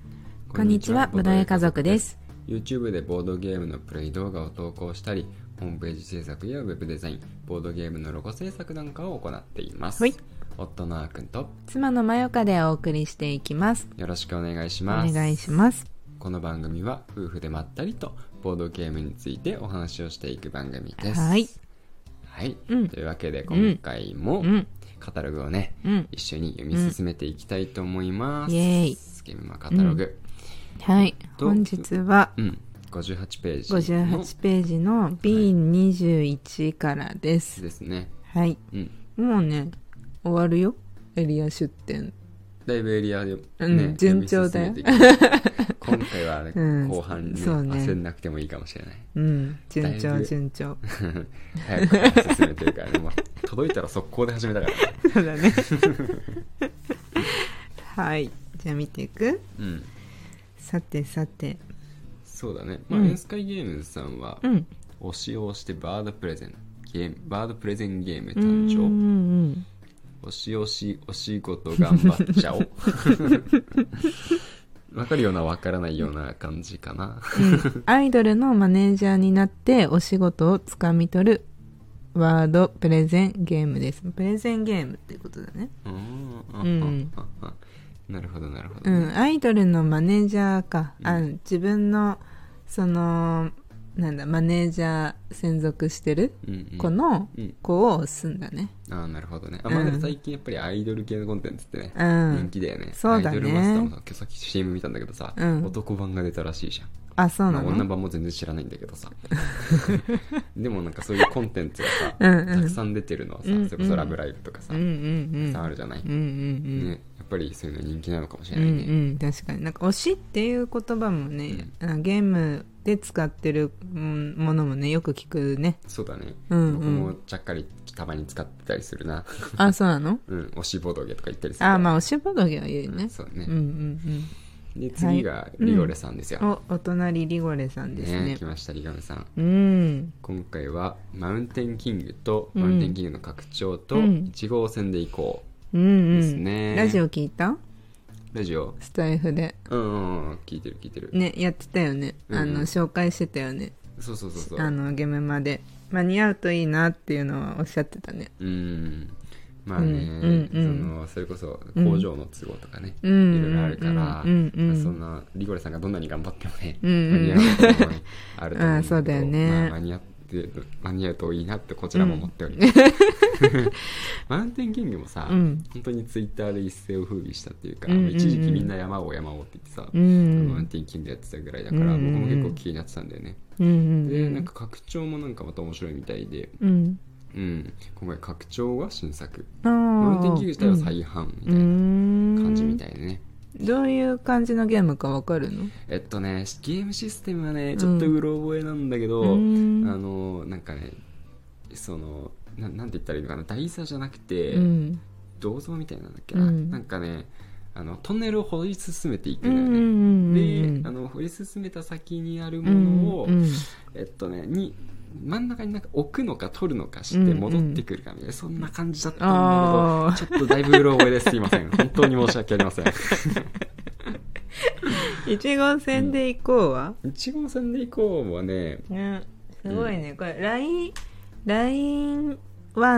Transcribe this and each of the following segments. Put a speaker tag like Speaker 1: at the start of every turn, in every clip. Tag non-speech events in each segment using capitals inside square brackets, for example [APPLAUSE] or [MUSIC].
Speaker 1: こん
Speaker 2: んにちは、ぶ
Speaker 1: にちは
Speaker 2: どえ家族です。
Speaker 1: YouTube でボードゲームのプレイ動画を投稿したりホームページ制作やウェブデザインボードゲームのロゴ制作なんかを行っています、
Speaker 2: はい
Speaker 1: 夫のあーくんと
Speaker 2: 妻のまよかでお送りしていきます。
Speaker 1: よろしくお願いし
Speaker 2: お
Speaker 1: ます
Speaker 2: 願いします。
Speaker 1: この番組は夫婦でまったりとボードゲームについてお話をしていく番組です
Speaker 2: はい、
Speaker 1: はい
Speaker 2: うん
Speaker 1: というわけで今回も
Speaker 2: うん、
Speaker 1: カタログをね、
Speaker 2: うん。
Speaker 1: 一緒に読み進めていきたいと思います、
Speaker 2: うんイエーイ
Speaker 1: ゲームマカタログ、
Speaker 2: はい。
Speaker 1: どう
Speaker 2: 本日は
Speaker 1: うん58ページの
Speaker 2: 58ページの B21 からです。
Speaker 1: ですね、
Speaker 2: はい。
Speaker 1: うん、
Speaker 2: もうね、終わるよ。エリア出店。
Speaker 1: だいぶエリアで、ね
Speaker 2: うん順調だよ
Speaker 1: 読み進めてきて今回は、ね
Speaker 2: [LAUGHS] うん
Speaker 1: 後半、ね
Speaker 2: そうね
Speaker 1: 焦んなくてもいいかもしれない [LAUGHS]
Speaker 2: うん。順
Speaker 1: だい
Speaker 2: 調、
Speaker 1: ぶ
Speaker 2: 順調。
Speaker 1: 早く進めてるから、ね、もう届いたら速攻で始めたから、ね、
Speaker 2: そうだね。 [LAUGHS] はい。じゃあ見ていく
Speaker 1: うん
Speaker 2: さてさて。
Speaker 1: そうだねまあ、
Speaker 2: うん
Speaker 1: エンスカイゲームズさんは、
Speaker 2: うん。
Speaker 1: 推しを押してバードプレゼンゲームバードプレゼンゲーム
Speaker 2: うんう
Speaker 1: 誕生
Speaker 2: んうん。
Speaker 1: おしおしお仕事頑張っちゃお
Speaker 2: [LAUGHS]
Speaker 1: うわかるようなわからないような感じかな
Speaker 2: うんアイドルのマネージャーになってお仕事をつかみ取るワードプレゼンゲームです。プレゼンゲームってことだね。
Speaker 1: [LAUGHS] うん
Speaker 2: ん
Speaker 1: なるほどなるほど
Speaker 2: う
Speaker 1: ね、
Speaker 2: ん、アイドルのマネージャーか。あ
Speaker 1: う
Speaker 2: 自分の、その、なんだ、マネージャー専属してる
Speaker 1: うんうん
Speaker 2: 子の
Speaker 1: うん
Speaker 2: 子をすんだね。
Speaker 1: ああなるほどねあ、
Speaker 2: うん
Speaker 1: まあ、でも最近やっぱりアイドル系のコンテンツってね、
Speaker 2: うん
Speaker 1: 人気だよね
Speaker 2: そうだね
Speaker 1: アイドルマスターもさ今日さっき CM 見たんだけどさ、
Speaker 2: うん
Speaker 1: 男版が出たらしいじゃん
Speaker 2: あ、そうな
Speaker 1: まあ、女
Speaker 2: の
Speaker 1: 版も全然知らないんだけど
Speaker 2: [LAUGHS]
Speaker 1: さでもなんかそういうコンテンツがさ
Speaker 2: うんうん
Speaker 1: たくさん出てるのはさ、
Speaker 2: うんうん
Speaker 1: それこそ「ラブライブ!」とかさ、
Speaker 2: うんう
Speaker 1: た
Speaker 2: んう
Speaker 1: く
Speaker 2: ん。
Speaker 1: さんあるじゃない、
Speaker 2: うんうんうん。
Speaker 1: ね、やっぱりそういうの人気なのかもし
Speaker 2: う
Speaker 1: れ
Speaker 2: ん
Speaker 1: ないうね、
Speaker 2: ん、確かになんか推しっていう言葉もね、あのゲームで使ってるうんものもねよく聞く
Speaker 1: [LAUGHS]
Speaker 2: ね
Speaker 1: そうだね、
Speaker 2: うんうん
Speaker 1: 僕もちゃっかりたまに使ってたりするな
Speaker 2: あそうなの
Speaker 1: うんおしぼどげとか言ったりするから
Speaker 2: あまあ推しボドゲは言うよね、
Speaker 1: そうね
Speaker 2: うん、うん
Speaker 1: で次がリオレさんですよ、
Speaker 2: うんおお隣リゴレさんですね
Speaker 1: ね来ましたリオレさん
Speaker 2: うん
Speaker 1: 今回はマウンテンキングと
Speaker 2: うん
Speaker 1: マウンテンキングの拡張と
Speaker 2: うん
Speaker 1: 1号線で行こう、
Speaker 2: うんうん
Speaker 1: ですね
Speaker 2: ラジオ聞いた
Speaker 1: ラジオ
Speaker 2: スタイフで
Speaker 1: うんうんうん聞いてる聞いてる、
Speaker 2: ねやってたよね、あ
Speaker 1: うんうん
Speaker 2: の紹介してたよね
Speaker 1: そうそうそうそう
Speaker 2: あのゲームまで間に合うといいなっていうのはおっしゃってたね
Speaker 1: うんまあね、
Speaker 2: うんうんうん
Speaker 1: そのそれこそ工場の都合とかね、
Speaker 2: うん
Speaker 1: いろいろあるから、
Speaker 2: うんうんうん
Speaker 1: そんなリゴレさんがどんなに頑張ってもね、
Speaker 2: うんうん
Speaker 1: 間に合うこともねあると思うん
Speaker 2: [LAUGHS] あそうだよね
Speaker 1: まあ、間に合って間に合うといいなってこちらも思っております、 [LAUGHS] マウンテンキングもさ、
Speaker 2: うん
Speaker 1: 本当にツイッターで一世を風靡したっていうか、
Speaker 2: うんうんうん
Speaker 1: 一時期みんな山を山をって言ってさ、
Speaker 2: うん
Speaker 1: マウンテンキングやってたぐらいだから、
Speaker 2: うんうんうん
Speaker 1: 僕も結構気になってたんだよね、
Speaker 2: うんうん
Speaker 1: でなんか拡張もなんかまた面白いみたいで、
Speaker 2: うん
Speaker 1: うん、今回拡張は新作
Speaker 2: あ
Speaker 1: マウ
Speaker 2: マ
Speaker 1: ンテンキング自体は再販みたいな
Speaker 2: 感
Speaker 1: 感じみたいでね、
Speaker 2: どういう感じのゲームかわかるの
Speaker 1: えっとねゲームシステムはねちょっとうろ覚えなんだけど、
Speaker 2: うん
Speaker 1: あのなんかねそのななんて言ったらいいのかな台座じゃなくて、
Speaker 2: うん
Speaker 1: 銅像みたいなんだっけな、
Speaker 2: うん
Speaker 1: なんかねあのトンネルを掘り進めていく
Speaker 2: うんん
Speaker 1: だ
Speaker 2: う
Speaker 1: よ
Speaker 2: ん
Speaker 1: ね、
Speaker 2: うん
Speaker 1: であの掘り進めた先にある
Speaker 2: うん
Speaker 1: ものを、
Speaker 2: うん
Speaker 1: えっとねに真ん中になんか置くのか取るのかして
Speaker 2: うんうん
Speaker 1: 戻ってくるかみたいな、そんな感じだったん
Speaker 2: あ
Speaker 1: だけどちょっとだいぶうろ覚えです
Speaker 2: [LAUGHS]
Speaker 1: すいません本当に申し訳ありません
Speaker 2: 1号線で行こうは、
Speaker 1: 1号線で行こうはね
Speaker 2: ねすごいねこれ LINE1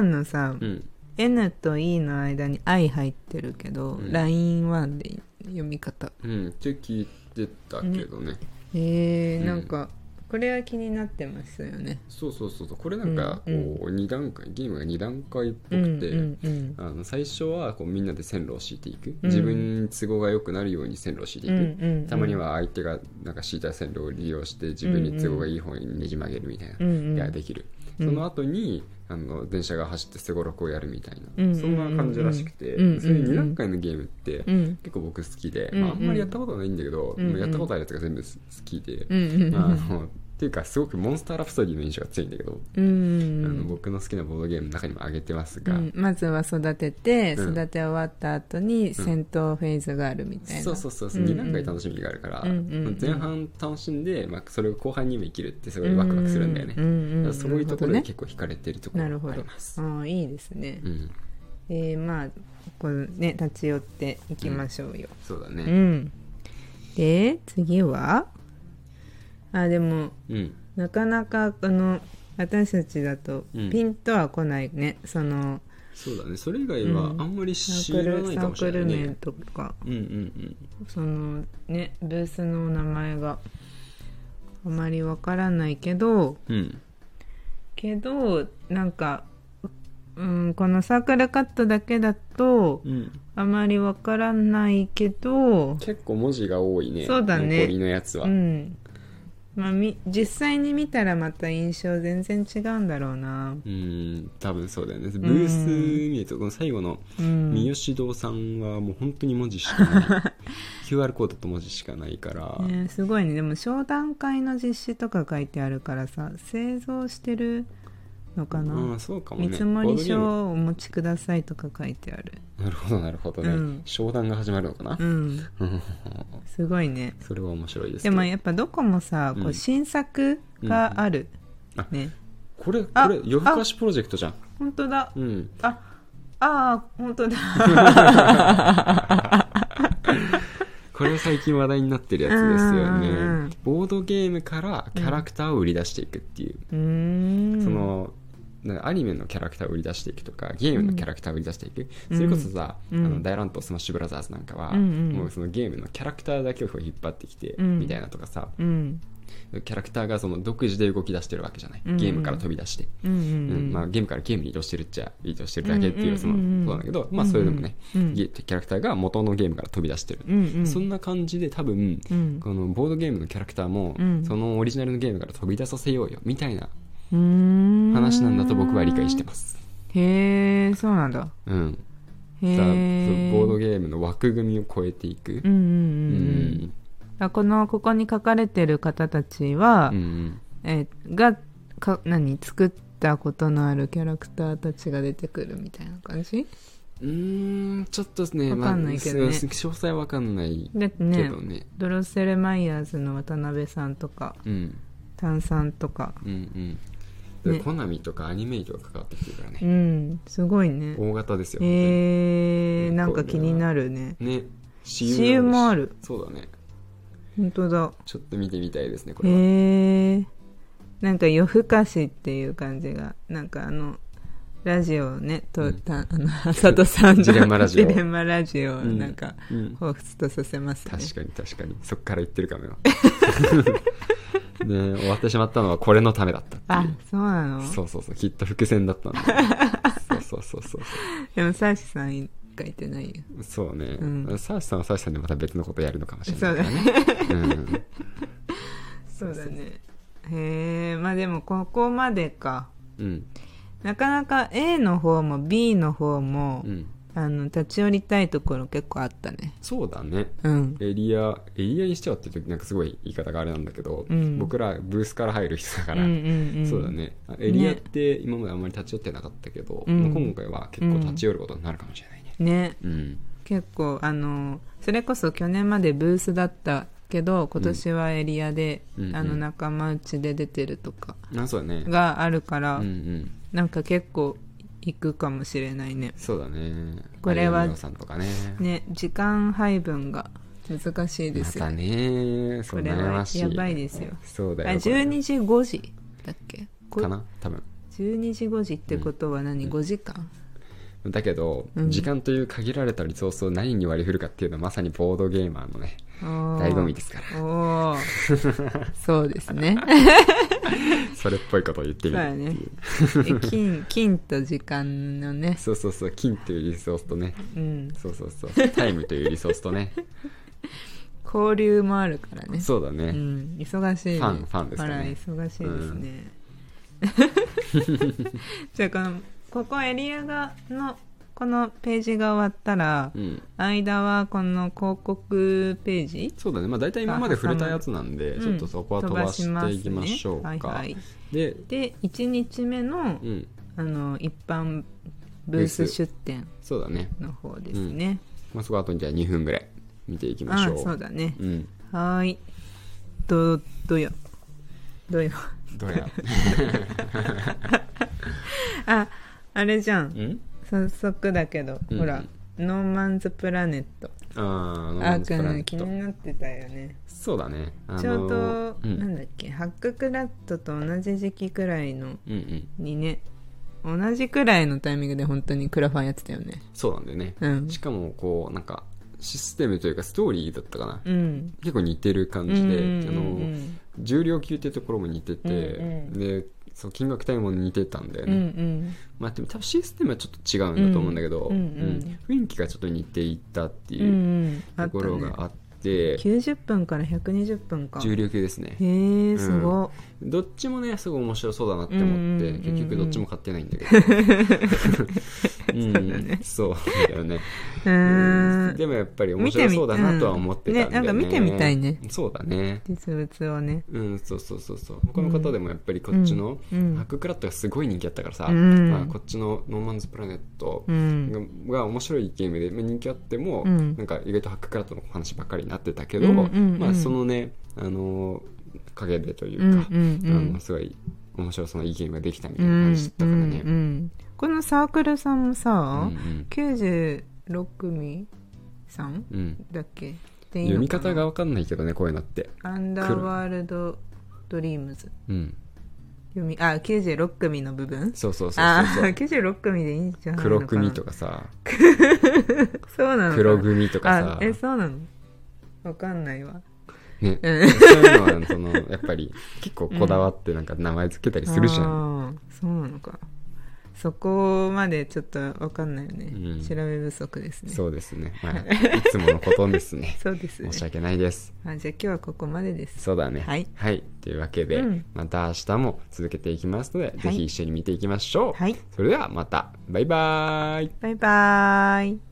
Speaker 2: のさ、
Speaker 1: うん
Speaker 2: N と E の間に I 入ってるけど、
Speaker 1: うん
Speaker 2: LINE1 で読み方
Speaker 1: うんって聞いてたけどね、
Speaker 2: へえ
Speaker 1: うん
Speaker 2: なんかこれは気になってますよね
Speaker 1: そうそうそうそうこれなんかこ
Speaker 2: うんうん
Speaker 1: う二段階ゲームが2段階っぽ
Speaker 2: うん
Speaker 1: くて、
Speaker 2: うんうん
Speaker 1: あの最初はこうみんなで線路を敷いていく、
Speaker 2: うん
Speaker 1: 自分に都合が良くなるように線路を敷いていく、
Speaker 2: うんうんうん
Speaker 1: たまには相手がなんか敷いた線路を利用して自分に都合がいい方にねじ曲げるみたいな、
Speaker 2: うんうん
Speaker 1: ができる、
Speaker 2: うん
Speaker 1: その後にあの電車が走ってすごろくをやるみたいな、
Speaker 2: うん
Speaker 1: そんな感じらしくて、
Speaker 2: うんうんうん
Speaker 1: そういう2段階のゲームって、
Speaker 2: うん
Speaker 1: 結構僕好きで、
Speaker 2: うんうん
Speaker 1: まあ、あんまりやったことはないんだけど、
Speaker 2: うんうん
Speaker 1: やったことあるやつが全部好きで、
Speaker 2: うんうんうん
Speaker 1: まああのっていうかすごくモンスターラプソディの印象が強いんだけど、
Speaker 2: うん
Speaker 1: あの僕の好きなボードゲームの中にも挙げてます
Speaker 2: う
Speaker 1: が、
Speaker 2: ん、まずは育てて
Speaker 1: うん
Speaker 2: 育て終わった後に戦闘フェーズがあるみたいな、
Speaker 1: そうそうそうそう、
Speaker 2: ん
Speaker 1: 2段階楽しみがあるから、
Speaker 2: うんうんうん
Speaker 1: 前半楽しんで、まあ、それを後半にも生きるってすごいワクワクするんだよね、
Speaker 2: うんうんうん
Speaker 1: だからそういうところで
Speaker 2: なるほどね
Speaker 1: 結構惹かれてるとこ
Speaker 2: なる
Speaker 1: ろ
Speaker 2: ほ
Speaker 1: があ
Speaker 2: ど
Speaker 1: ります、
Speaker 2: ああいいですね、
Speaker 1: うん、
Speaker 2: えーまあここね立ち寄っていきましょうよ、
Speaker 1: そうだ
Speaker 2: う
Speaker 1: ね、
Speaker 2: んで次はあでも
Speaker 1: うん
Speaker 2: なかなかあの私たちだと
Speaker 1: うん
Speaker 2: ピンとは来ないね、その
Speaker 1: そうだねそれ以外はあんまり
Speaker 2: サ
Speaker 1: 知ら
Speaker 2: ーク
Speaker 1: な
Speaker 2: ル
Speaker 1: い
Speaker 2: サ
Speaker 1: かもし
Speaker 2: ーク
Speaker 1: れな
Speaker 2: ル
Speaker 1: い
Speaker 2: 名
Speaker 1: ね
Speaker 2: とか
Speaker 1: うんうん
Speaker 2: そのねブースの名前があまりわからないけど
Speaker 1: うんうん
Speaker 2: けどなんか、うん、このサークルカットだけだと
Speaker 1: うん
Speaker 2: あまりわからないけど、
Speaker 1: 結構文字が多いね
Speaker 2: そうだね
Speaker 1: 残りのやつは、
Speaker 2: うんまあ、み実際に見たらまた印象全然違うんだろうな。
Speaker 1: うん多分そうだよねブース見るとこの最後の
Speaker 2: うん
Speaker 1: 三好堂さんはもう本当に文字しか
Speaker 2: [LAUGHS]
Speaker 1: ない QR コードと文字しかないから、
Speaker 2: ね、すごいねでも商談会の実施とか書いてあるからさ製造してるのかな、
Speaker 1: うんそうかもね
Speaker 2: 見積り書
Speaker 1: ボード
Speaker 2: をお持ちくださいとか書いてある
Speaker 1: ゲームなるほどなるほどね、
Speaker 2: うん
Speaker 1: 商談が始まるのかな [LAUGHS]
Speaker 2: う、んすごいね
Speaker 1: それは面白いです
Speaker 2: で
Speaker 1: けど
Speaker 2: もやっぱどこもさ、
Speaker 1: うん
Speaker 2: こう新作がある、
Speaker 1: うんあ
Speaker 2: ね
Speaker 1: これこ
Speaker 2: あ
Speaker 1: れ夜更かしプロジェクトじゃん
Speaker 2: 本当だ
Speaker 1: うん
Speaker 2: ああー
Speaker 1: [LAUGHS]
Speaker 2: 本当だ
Speaker 1: これは最近話題になってるやつですよ
Speaker 2: うんうんう
Speaker 1: ね
Speaker 2: ん
Speaker 1: ボードゲームからキャラクターを売り出していくっていう、
Speaker 2: うーん
Speaker 1: そのなんかアニメのキャラクターを売り出していくとかゲームのキャラクターを売り出していく、
Speaker 2: うん
Speaker 1: それこそさ、
Speaker 2: うん
Speaker 1: あの大乱闘スマッシュブラザーズなんかは、
Speaker 2: うんうん
Speaker 1: もうそのゲームのキャラクターだけを引っ張ってきて、
Speaker 2: うん
Speaker 1: みたいなとかさ
Speaker 2: うん
Speaker 1: キャラクターがその独自で動き出してるわけじゃない、
Speaker 2: うんうん
Speaker 1: ゲームから飛び出して、
Speaker 2: うんうん
Speaker 1: う
Speaker 2: うんん
Speaker 1: まあ、ゲームからゲームに移動してるっちゃ移動してるだけって
Speaker 2: うんうんうん
Speaker 1: いううんそのことなんだけど、まあ、それでもね、
Speaker 2: うんうん
Speaker 1: ゲキャラクターが元のゲームから飛び出してる、
Speaker 2: うんうん
Speaker 1: そんな感じで多分、
Speaker 2: うん
Speaker 1: このボードゲームのキャラクターも、
Speaker 2: うん
Speaker 1: そのオリジナルのゲームから飛び出させようよみたいな
Speaker 2: うーん
Speaker 1: 話なんだと僕は理解してます。
Speaker 2: へえそうなんだ
Speaker 1: うん、
Speaker 2: へ
Speaker 1: だ
Speaker 2: え
Speaker 1: からボードゲームの枠組みを超えていく
Speaker 2: う。んうん
Speaker 1: う
Speaker 2: うんうん
Speaker 1: ん
Speaker 2: あこのここに書かれてる方たちは、
Speaker 1: うん
Speaker 2: えーがか何作ったことのあるキャラクターたちが出てくるみたいな感じ
Speaker 1: うーんちょっとですね、
Speaker 2: わかんないけどね
Speaker 1: まあす詳細わかんない
Speaker 2: だって
Speaker 1: け
Speaker 2: ね
Speaker 1: どね。
Speaker 2: ドロッセルマイヤーズの渡辺さんとか
Speaker 1: うん
Speaker 2: 炭酸とか
Speaker 1: うんうん。で
Speaker 2: ね
Speaker 1: コナミとかアニメイトが関わってきてるから
Speaker 2: う
Speaker 1: ね。
Speaker 2: んすごいね
Speaker 1: 大型ですよ。本
Speaker 2: えー、
Speaker 1: うん
Speaker 2: なんか気になるね
Speaker 1: 当にね。
Speaker 2: 私有もある
Speaker 1: しそうだね。
Speaker 2: 本当だ
Speaker 1: ちょっと見てみたいですね、こ
Speaker 2: へ
Speaker 1: れは。
Speaker 2: えー、なんか夜更かしっていう感じがなんかあのラジオをねと、
Speaker 1: うん
Speaker 2: た [LAUGHS] あの浅田さんが
Speaker 1: ジレンマラジオ
Speaker 2: ジレンマラジオをなんか、
Speaker 1: うん
Speaker 2: 彷彿とさせますね
Speaker 1: 確かに確かに。そっから言ってるかも
Speaker 2: [LAUGHS]
Speaker 1: よ。ね終わってしまったのはこれのためだったっていう
Speaker 2: あ。そうなの
Speaker 1: そうそうそう、きっと伏線だったんだ。そうそうそうそう
Speaker 2: でもサーシさん一回言ってないよ
Speaker 1: そう。そうね。
Speaker 2: うん
Speaker 1: サーシさんはサーシさんでまた別のことやるのかもしれ
Speaker 2: そ
Speaker 1: な
Speaker 2: う
Speaker 1: い
Speaker 2: だ
Speaker 1: からね。
Speaker 2: ね
Speaker 1: うん
Speaker 2: そうだねへえまあでもここまでか
Speaker 1: うん。
Speaker 2: なかなか A の方も B の方も、
Speaker 1: うん。
Speaker 2: あの立ち寄りたいところ結構あったね
Speaker 1: そうだね。
Speaker 2: うん
Speaker 1: エリア、エリアにしてはって言うとなんかすごい言い方があれなんだけど、
Speaker 2: うん
Speaker 1: 僕らブースから入る人だから、
Speaker 2: うんうんうん、
Speaker 1: そうだね。エリアって今まであんまり立ち寄ってなかったけど、
Speaker 2: うん
Speaker 1: まあ今回は結構立ち寄ることになるかもしれないね。
Speaker 2: ね
Speaker 1: うん。
Speaker 2: 結構あのそれこそ去年までブースだったけど今年はエリアで、
Speaker 1: うんうん
Speaker 2: あの仲間内で出てるとか
Speaker 1: あ、そうだね。
Speaker 2: があるから、
Speaker 1: うんうん。
Speaker 2: なんか結構行くかもしれないね
Speaker 1: そうだね。
Speaker 2: これは
Speaker 1: 有吉さんとかね。
Speaker 2: ね時間配分が難しいで
Speaker 1: ます
Speaker 2: よ、
Speaker 1: たね。そう
Speaker 2: これは
Speaker 1: 悩ましい。
Speaker 2: やばいですよ
Speaker 1: そう
Speaker 2: あ
Speaker 1: だよ。これ
Speaker 2: 12時5時だっけこ
Speaker 1: かな多分
Speaker 2: 12時5時ってことは何、5時間
Speaker 1: だけど、
Speaker 2: うん
Speaker 1: 時間という限られたリソースを何に割り振るかっていうのはまさにボードゲーマーのね醍
Speaker 2: 醍
Speaker 1: 醐味ですから
Speaker 2: おーそうで
Speaker 1: [LAUGHS]
Speaker 2: すね
Speaker 1: それっぽいことを言ってみるっていう
Speaker 2: そうやねえ金金と時間のね
Speaker 1: そうそうそう金というリソースとね
Speaker 2: うん
Speaker 1: そうそうそうタイムというリソースとね
Speaker 2: 交流もあるから [LAUGHS] ね
Speaker 1: そうだね、
Speaker 2: うん、忙しい、ね、
Speaker 1: ファンファンですからね
Speaker 2: あら忙しいですね、 [LAUGHS] じゃあこのここエリアがのこのページが終わったら、
Speaker 1: うん
Speaker 2: 間はこの広告ページ
Speaker 1: そうだねまあ大体今まで触れたやつなんで、
Speaker 2: うん
Speaker 1: ちょっとそこは飛ばしていきましょうか、
Speaker 2: 飛ばしますねはいはい、
Speaker 1: で
Speaker 2: で1日目の,、
Speaker 1: うん
Speaker 2: あの一般ブース出店
Speaker 1: そうだね、
Speaker 2: の方ですね、
Speaker 1: まあ、そこはあとじゃあ2分ぐらい見ていきまし
Speaker 2: あ
Speaker 1: ょう
Speaker 2: そうだね、
Speaker 1: うん
Speaker 2: はーいどどよどよ [LAUGHS]
Speaker 1: どうや
Speaker 2: ああれじゃん
Speaker 1: [LAUGHS] うん
Speaker 2: 早速だけど、
Speaker 1: うん
Speaker 2: ほらノーマンズプラネット
Speaker 1: あーあの
Speaker 2: あー
Speaker 1: ス
Speaker 2: く
Speaker 1: プラネ
Speaker 2: ん
Speaker 1: ッ
Speaker 2: 気
Speaker 1: ト
Speaker 2: になってたよね
Speaker 1: そうだねあの
Speaker 2: ちょうど、
Speaker 1: うん、
Speaker 2: なんだっけハッククラットと同じ時期くらいの
Speaker 1: うんうん
Speaker 2: にね同じくらいのタイミングで本当にクラファンやってたよね
Speaker 1: そうなんだよね、
Speaker 2: うん
Speaker 1: しかもこうなんかシステムというかストーリーだったかな、
Speaker 2: うん
Speaker 1: 結構似てる感
Speaker 2: う
Speaker 1: じ
Speaker 2: ん
Speaker 1: で、
Speaker 2: うん
Speaker 1: あの重量級っていうところも似てて、
Speaker 2: うんうん
Speaker 1: でそう金額帯も似てたんだよ
Speaker 2: うんう
Speaker 1: ね、
Speaker 2: ん
Speaker 1: まあでも多分システムはちょっと違うんだと思うんだけど、
Speaker 2: うんうん
Speaker 1: うん雰囲気がちょっと似ていったって
Speaker 2: うんう
Speaker 1: いうん
Speaker 2: あ
Speaker 1: と
Speaker 2: っ
Speaker 1: こ
Speaker 2: た
Speaker 1: ろが
Speaker 2: ね
Speaker 1: あって、
Speaker 2: 90分から120分か
Speaker 1: 重量級ですね
Speaker 2: へえすごっ
Speaker 1: どっちもねすごい面白そうだなって思って、
Speaker 2: うんうんうんうん
Speaker 1: 結局どっちも買ってないんだ
Speaker 2: [LAUGHS]
Speaker 1: けどうん
Speaker 2: そうだね
Speaker 1: そうだよね
Speaker 2: うーん
Speaker 1: でもやっぱり面白そうだなとは思ってたんだよね,、
Speaker 2: 見てみうんねなんか見てみたいね
Speaker 1: そうだね
Speaker 2: 実物をね
Speaker 1: うんそうそうそうそう他の方でもやっぱりこっちの、
Speaker 2: うん
Speaker 1: ハッククラットがすごい人気あったからさ、
Speaker 2: うん
Speaker 1: まあ、こっちの「ノーマンズプラネット
Speaker 2: う
Speaker 1: が」
Speaker 2: ん
Speaker 1: が面白いゲームで、まあ、人気あっても、
Speaker 2: うん
Speaker 1: なんか意外とハッククラットの話ばっかりになってたけど、
Speaker 2: うんうんうん
Speaker 1: まあ、そのねあの陰でという
Speaker 2: う
Speaker 1: か、
Speaker 2: んうんう
Speaker 1: あの
Speaker 2: ん
Speaker 1: すごい面白そうないいゲームができたみた
Speaker 2: う
Speaker 1: いな感
Speaker 2: ん
Speaker 1: じだった
Speaker 2: う
Speaker 1: から
Speaker 2: ん
Speaker 1: ね、
Speaker 2: うんこのサークルさんもさ
Speaker 1: うん
Speaker 2: 96組さん
Speaker 1: うんうん
Speaker 2: だっけってい
Speaker 1: 読
Speaker 2: うの
Speaker 1: み
Speaker 2: かな
Speaker 1: 方が分かんないけどねこういうのって、
Speaker 2: アンダーワールドドリームズ
Speaker 1: うん、
Speaker 2: 読みあ96組の部分
Speaker 1: そうそうそう
Speaker 2: あ
Speaker 1: そうそ
Speaker 2: あー
Speaker 1: う
Speaker 2: 96組でいいんじゃないの
Speaker 1: 黒
Speaker 2: かな
Speaker 1: 組とかさ
Speaker 2: そうなのかな
Speaker 1: 黒組とかさ
Speaker 2: あえそうなのわかんないわ
Speaker 1: ね
Speaker 2: う
Speaker 1: そういうのはそのやっぱり結構こだわってなんか名前付けたりするじゃん、
Speaker 2: あーそうなのかそこまでちょっとわかんないよね、
Speaker 1: うん
Speaker 2: 調べ不足ですね
Speaker 1: そ
Speaker 2: そう
Speaker 1: うですね、まあ、いつものこと
Speaker 2: [LAUGHS]
Speaker 1: ですね
Speaker 2: ですね
Speaker 1: 申し訳ないです
Speaker 2: あじゃあ今日はここまでです
Speaker 1: そうだね
Speaker 2: はい
Speaker 1: というわけで、
Speaker 2: うん
Speaker 1: また明日も続けていきますので、
Speaker 2: い
Speaker 1: ぜひ一緒に見ていきましょう、
Speaker 2: はい
Speaker 1: それではまたバイバーイ
Speaker 2: バイバーイ